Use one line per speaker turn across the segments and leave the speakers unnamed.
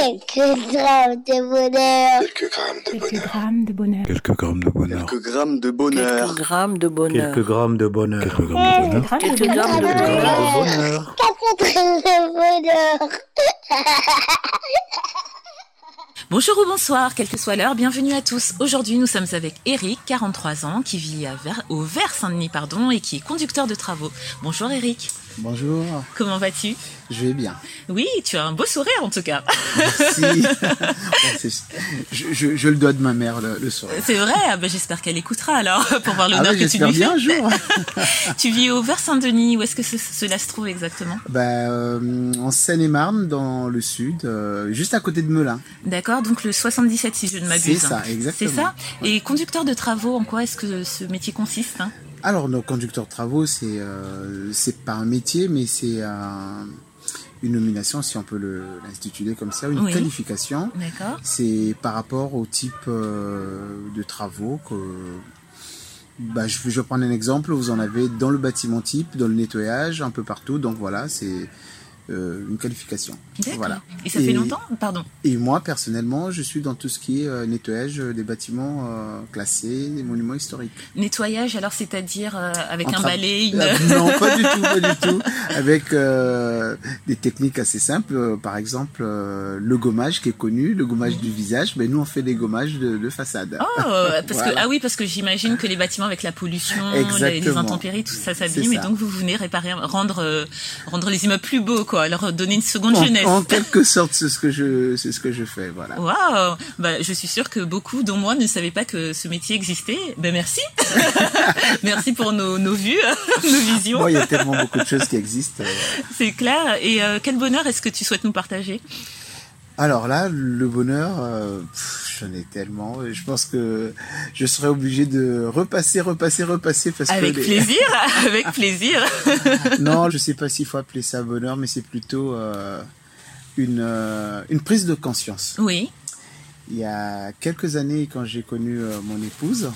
Quelques grammes de bonheur.
Quelques grammes de
Quelques
bonheur.
grammes de bonheur.
Quelques grammes de bonheur.
Quelques grammes de bonheur.
Quelques grammes de bonheur.
Quelques grammes de bonheur.
Quelques
Grammes de
grammes de bonheur.
Quelques
bonheur.
grammes de bonheur.
bonheur.
Quatre grammes de bonheur.
Bonjour ou bonsoir, quelle que soit l'heure, bienvenue à tous. Aujourd'hui, nous sommes avec Eric, 43 ans, qui vit à Ver- au Vert Saint-Denis pardon, et qui est conducteur de travaux. Bonjour Eric,
Bonjour,
comment vas-tu
je vais bien.
Oui, tu as un beau sourire en tout cas.
Merci. je, je- je le dois de ma mère, le, le sourire.
C'est vrai, ah ben, j'espère qu'elle écoutera alors pour voir
Ah
l'honneur
ouais,
que tu
j'espère
lui fais.
bien un jour.
Tu vis au Vert Saint-Denis, où est-ce que ce- cela se trouve exactement
bah, euh, en Seine-et-Marne, dans le sud, euh, juste à côté de Melun.
D'accord, donc le 77 si je ne m'abuse.
C'est ça, exactement.
C'est ça Et conducteur de travaux, en quoi est-ce que ce métier consiste hein
Alors, nos conducteurs de travaux, c'est euh, c'est pas un métier, mais c'est un- une nomination, si on peut le- l'intituler comme ça, une
Oui.
qualification.
D'accord
C'est par rapport au type euh, de travaux que. Bah, je, je vais prendre un exemple, vous en avez dans le bâtiment type, dans le nettoyage, un peu partout, donc voilà, c'est euh, une qualification.
D'accord.
Voilà.
Et ça fait longtemps Pardon.
Et moi, personnellement, je suis dans tout ce qui est euh, nettoyage des bâtiments euh, classés, des monuments historiques.
Nettoyage, alors c'est-à-dire euh, avec
En
un
tra-
balai, une...
Euh, non, pas du tout, pas du tout, avec euh, des techniques assez simples, euh, par exemple euh, le gommage qui est connu, le gommage du visage, mais nous on fait des gommages de, de façade.
Oh, parce
Voilà.
que ah oui, parce que j'imagine que les bâtiments avec la pollution, les, les
Exactement.
intempéries, tout ça
C'est
s'abîme,
ça.
et donc vous venez réparer, rendre euh, rendre les immeubles plus beaux, quoi, leur donner une seconde
en,
jeunesse.
en quelque sorte, c'est ce que je, c'est ce que je fais, voilà.
Waouh bah, Je suis sûre que beaucoup, dont moi, ne savaient pas que ce métier existait. Ben merci Merci pour nos, nos vues, nos visions,
Moi, il y a tellement beaucoup de choses qui existent. euh.
c'est clair. Et euh, quel bonheur est-ce que tu souhaites nous partager
Alors là, le bonheur, euh, pff, j'en ai tellement. Je pense que je serais obligé de repasser, repasser, repasser parce
Avec
que les-
plaisir, avec plaisir
non, je sais pas s'il faut appeler ça bonheur, mais c'est plutôt euh, une euh, une prise de conscience.
Oui,
Il y a quelques années, quand j'ai connu euh, mon épouse,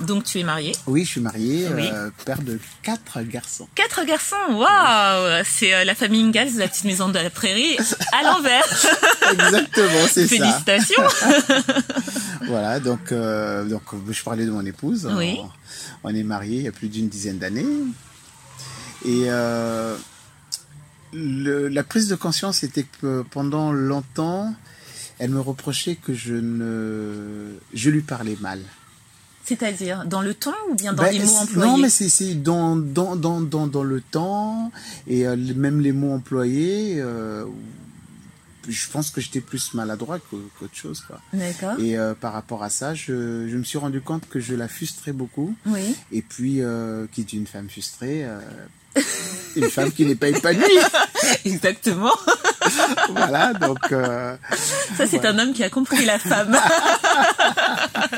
donc tu es marié
oui, je suis marié,
Oui.
euh, père de quatre garçons.
Quatre garçons, waouh C'est euh, la famille Ingalls, la petite maison de la prairie, à l'envers
Exactement, c'est ça.
Félicitations
Voilà, donc, euh, donc je parlais de mon épouse.
Oui.
On, on est mariés il y a plus d'une dizaine d'années. Et euh, le- la prise de conscience était que pendant longtemps, elle me reprochait que je ne, je lui parlais mal.
C'est-à-dire, dans le ton ou bien dans
Ben,
les mots
c'est-
employés
Non, mais c'est- c'est dans, dans, dans, dans, dans le temps et euh, les- même les mots employés. euh, je pense que j'étais plus maladroit qu'au- qu'autre chose, quoi.
D'accord,
Et euh, par rapport à ça, je, je me suis rendu compte que je la frustrais beaucoup.
oui.
Et puis, euh, qui dit une femme frustrée, euh, une femme qui n'est pas épanouie.
Exactement
voilà, donc euh,
Ça, c'est un homme qui a compris la femme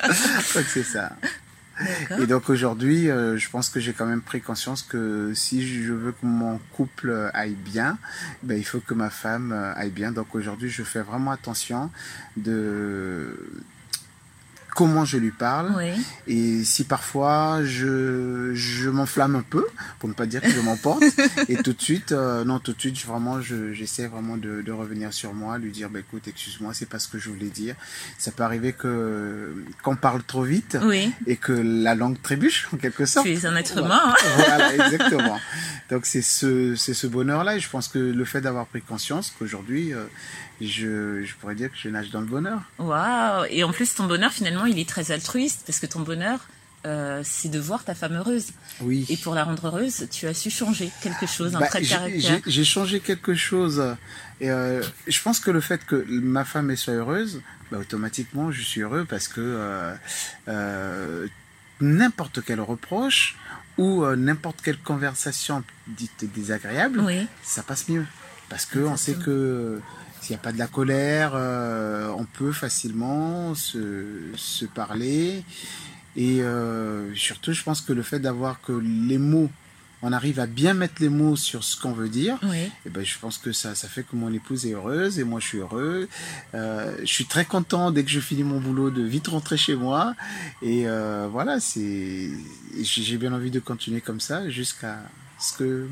je crois que c'est ça.
D'accord.
Et donc aujourd'hui, euh, je pense que j'ai quand même pris conscience que si je veux que mon couple euh, aille bien, ben, il faut que ma femme euh, aille bien. Donc aujourd'hui, je fais vraiment attention de comment je lui parle.
Oui.
Et si parfois je, je m'enflamme un peu, pour ne pas dire que je m'emporte, et tout de suite, euh, non, tout de suite, je- vraiment, je- j'essaie vraiment de, de revenir sur moi, lui dire, bah, écoute, excuse-moi, c'est pas ce que je voulais dire. Ça peut arriver que qu'on parle trop vite
Oui,
et que la langue trébuche, en quelque sorte.
tu es un être
Voilà.
humain. hein.
voilà, exactement. Donc c'est ce, c'est ce bonheur-là, et je pense que le fait d'avoir pris conscience qu'aujourd'hui, euh, je, je pourrais dire que je nage dans le bonheur.
hein. Waouh Et en plus, ton bonheur, finalement, il est très altruiste, parce que ton bonheur, euh, c'est de voir ta femme heureuse.
Oui.
Et pour la rendre heureuse, tu as su changer quelque chose, un
Bah,
trait de
j'ai-
caractère.
j'ai- J'ai changé quelque chose. Et euh, je pense que le fait que ma femme elle soit heureuse, bah, automatiquement, je suis heureux parce que euh, euh, n'importe quel reproche ou euh, n'importe quelle conversation dite désagréable,
Oui,
ça passe mieux. Parce que on sait
Exactement.
que euh, s'il n'y a pas de la colère, euh, on peut facilement se, se parler. Et euh, surtout, je pense que le fait d'avoir que les mots, on arrive à bien mettre les mots sur ce qu'on veut dire,
oui.
et ben, je pense que ça, ça fait que mon épouse est heureuse et moi je suis heureux. Euh, je suis très content dès que je finis mon boulot de vite rentrer chez moi. Et euh, voilà, c'est, j'ai j'ai bien envie de continuer comme ça jusqu'à ce que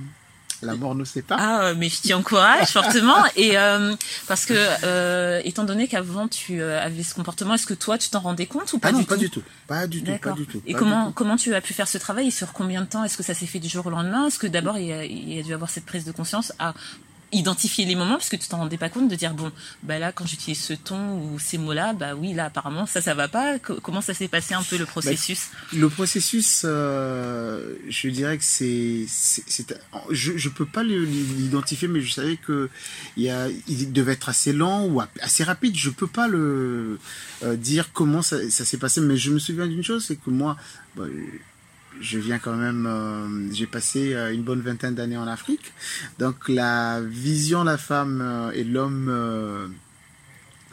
La mort nous sépare.
Ah, euh, mais je t'y encourage fortement. Et euh, parce que, euh, étant donné qu'avant tu euh, avais ce comportement, est-ce que toi tu t'en rendais compte ou pas
Ah non,
du
pas
tout
du tout. Pas du tout, pas
D'accord.
du tout.
Et
pas
comment
du tout.
comment tu as pu faire ce travail et sur combien de temps Est-ce que ça s'est fait du jour au lendemain Est-ce que d'abord il, y a- il y a dû avoir cette prise de conscience à identifier les moments parce que tu t'en rendais pas compte de dire bon bah là quand j'utilise ce ton ou ces mots-là bah oui là apparemment ça ça va pas Co- comment ça s'est passé un peu
Bah,
le processus
Le processus, euh, je dirais que c'est, c'est, c'est- je, je peux pas le- l'identifier, mais je savais que il y a, il devait être assez lent ou assez rapide. Je peux pas le euh, dire comment ça, ça s'est passé, mais je me souviens d'une chose, c'est que moi, bah, je viens quand même, euh, j'ai passé euh, une bonne vingtaine d'années en Afrique, donc la vision la femme euh, et l'homme, euh,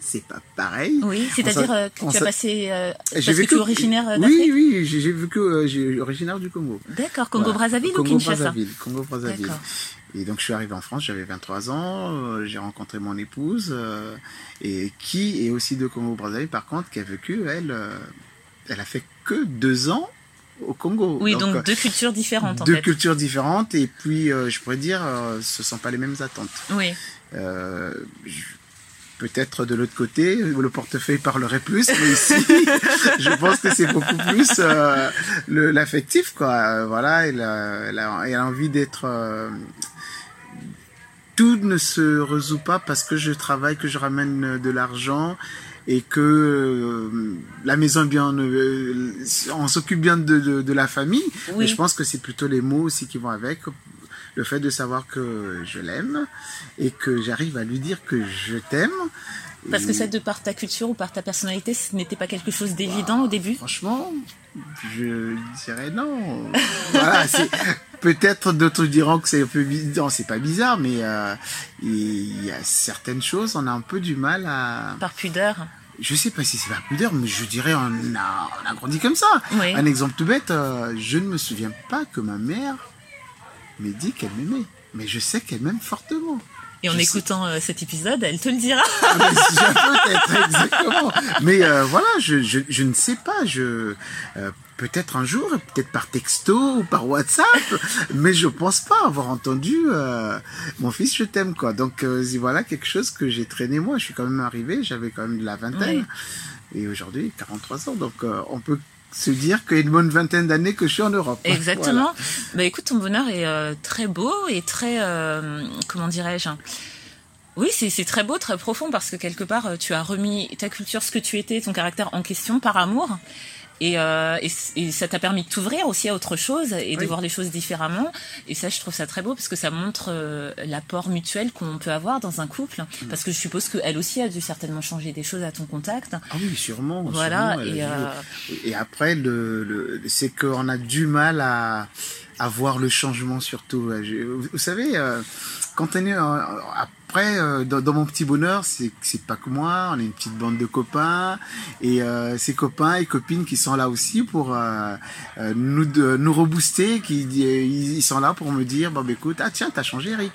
c'est pas pareil.
oui
On
c'est-à-dire
s'a-
euh, que
on
tu as
s'a-
passé euh,
J'ai
parce que
vécu-
tu es originaire euh,
Oui,
d'Afrique
oui, j'ai j'ai vécu, euh, j'ai- originaire du Congo.
d'accord Congo Brazzaville
Congo
ou Kinshasa
Brazzaville, Congo Brazzaville.
D'accord.
Et donc je suis arrivé en France, j'avais 23 ans, euh, j'ai rencontré mon épouse euh, et qui est aussi de Congo Brazzaville par contre, qui a vécu elle, euh, elle a fait que deux ans au Congo.
oui donc,
euh,
deux cultures différentes en
deux
fait
cultures différentes et puis euh, je pourrais dire, euh, ce sont pas les mêmes attentes.
oui
Euh, je- Peut-être de l'autre côté, le portefeuille parlerait plus, mais ici, je pense que c'est beaucoup plus euh, le- l'affectif, quoi. Euh, Voilà, elle a, elle a- elle a envie d'être. euh, Tout ne se résout pas parce que je travaille, que je ramène euh, de l'argent et que euh, la maison est bien, euh, on s'occupe bien de, de- de la famille. Mais
Oui.
je pense que c'est plutôt les mots aussi qui vont avec. Le fait de savoir que je l'aime et que j'arrive à lui dire que je t'aime.
parce que
Et
ça de par ta culture ou par ta personnalité ce n'était pas quelque chose d'évident au début
Franchement, je dirais non. voilà, c'est- peut-être d'autres diront que c'est un peu bizarre. C'est pas bizarre, mais euh, il y a certaines choses, on a un peu du mal à.
par pudeur
Je sais pas si c'est par pudeur, mais je dirais on a, on a grandi comme ça.
Oui.
Un exemple tout bête, euh, je ne me souviens pas que ma mère m'ait dit qu'elle m'aimait. Mais je sais qu'elle m'aime fortement.
Et en
Je
écoutant euh, cet épisode, elle te le dira.
Ah, mais si j'ai un peu, peut-être, exactement. Mais euh, voilà, je, je, je ne sais pas. Je euh, peut-être un jour, peut-être par texto ou par WhatsApp, mais je pense pas avoir entendu euh, mon fils, je t'aime quoi. Donc euh, voilà quelque chose que j'ai traîné moi. Je suis quand même arrivé, j'avais quand même de la vingtaine et aujourd'hui 43 ans. Donc euh, on peut se dire qu'il y a une bonne vingtaine d'années que je suis en Europe. hein. Voilà.
Exactement. Bah écoute, ton bonheur est euh, très beau et très, euh, comment dirais-je Oui, c'est c'est très beau, très profond parce que quelque part, euh, tu as remis ta culture, ce que tu étais, ton caractère en question par amour. Et, euh, et, c- et ça t'a permis de t'ouvrir aussi à autre chose et de
Oui.
voir les choses différemment. Et ça, je trouve ça très beau parce que ça montre euh, l'apport mutuel qu'on peut avoir dans un couple.
Mm.
Parce que je suppose qu'elle aussi a dû certainement changer des choses à ton contact.
Ah oui, sûrement.
Voilà.
sûrement, elle
et,
a dû-
euh,
Et après, le, le, c'est qu'on a du mal à, à voir le changement surtout. Je- vous, vous savez, euh, quand on est euh, après, euh, dans, dans mon petit bonheur, c'est c'est pas que moi, on est une petite bande de copains et euh, ces copains et copines qui sont là aussi pour euh, euh, nous de- nous rebooster, qui ils, ils sont là pour me dire bon bah, écoute ah tiens t'as changé Eric,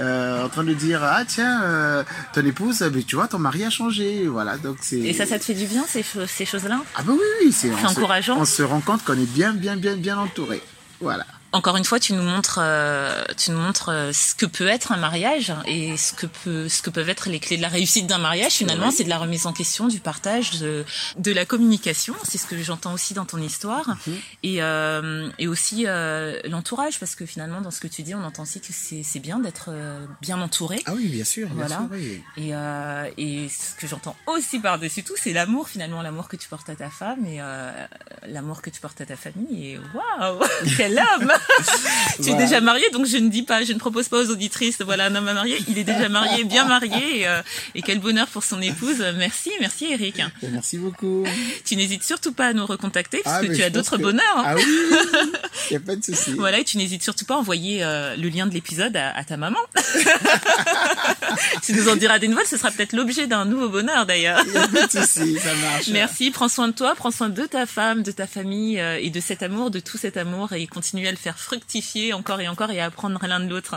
Euh, en train de dire ah tiens euh, ton épouse, mais tu vois ton mari a changé, voilà donc c'est
et ça, ça te fait du bien, ces, cho- ces choses-là
ah bah oui, oui, c'est
C'est
on se-
encourageant.
On se rend compte qu'on est bien, bien, bien, bien entouré. Voilà.
encore une fois, tu nous montres, euh, tu nous montres euh, ce que peut être un mariage et ce que peut, ce que peuvent être les clés de la réussite d'un mariage. Finalement, c'est de la remise en question, du partage, de, de la communication. C'est ce que j'entends aussi dans ton histoire et, euh, et aussi euh, l'entourage, parce que finalement, dans ce que tu dis, on entend aussi que c'est c'est bien d'être euh, bien entouré.
Ah oui, bien sûr,
bien Voilà. sûr, Et, euh, et ce que j'entends aussi par-dessus tout, c'est l'amour finalement, l'amour que tu portes à ta femme et euh, l'amour que tu portes à ta famille. Et waouh, quel homme Tu es
Voilà.
déjà marié, donc je ne dis pas, je ne propose pas aux auditrices. Voilà un homme à marier. Il est déjà marié, bien marié, et, euh, et quel bonheur pour son épouse. Merci, merci Eric.
Merci beaucoup.
Tu n'hésites surtout pas à nous recontacter parce
Ah,
que
mais
tu
je
as
pense
d'autres
que-
bonheurs. hein.
Ah oui, il n'y a pas de souci.
Voilà, et tu n'hésites surtout pas à envoyer euh, le lien de l'épisode à, à ta maman. tu nous en diras des nouvelles, ce sera peut-être l'objet d'un nouveau bonheur d'ailleurs.
Il n'y a pas de souci, ça marche.
Merci, prends soin de toi, prends soin de ta femme, de ta famille euh, et de cet amour, de tout cet amour et continue à le faire faire fructifier encore et encore et à apprendre l'un de l'autre.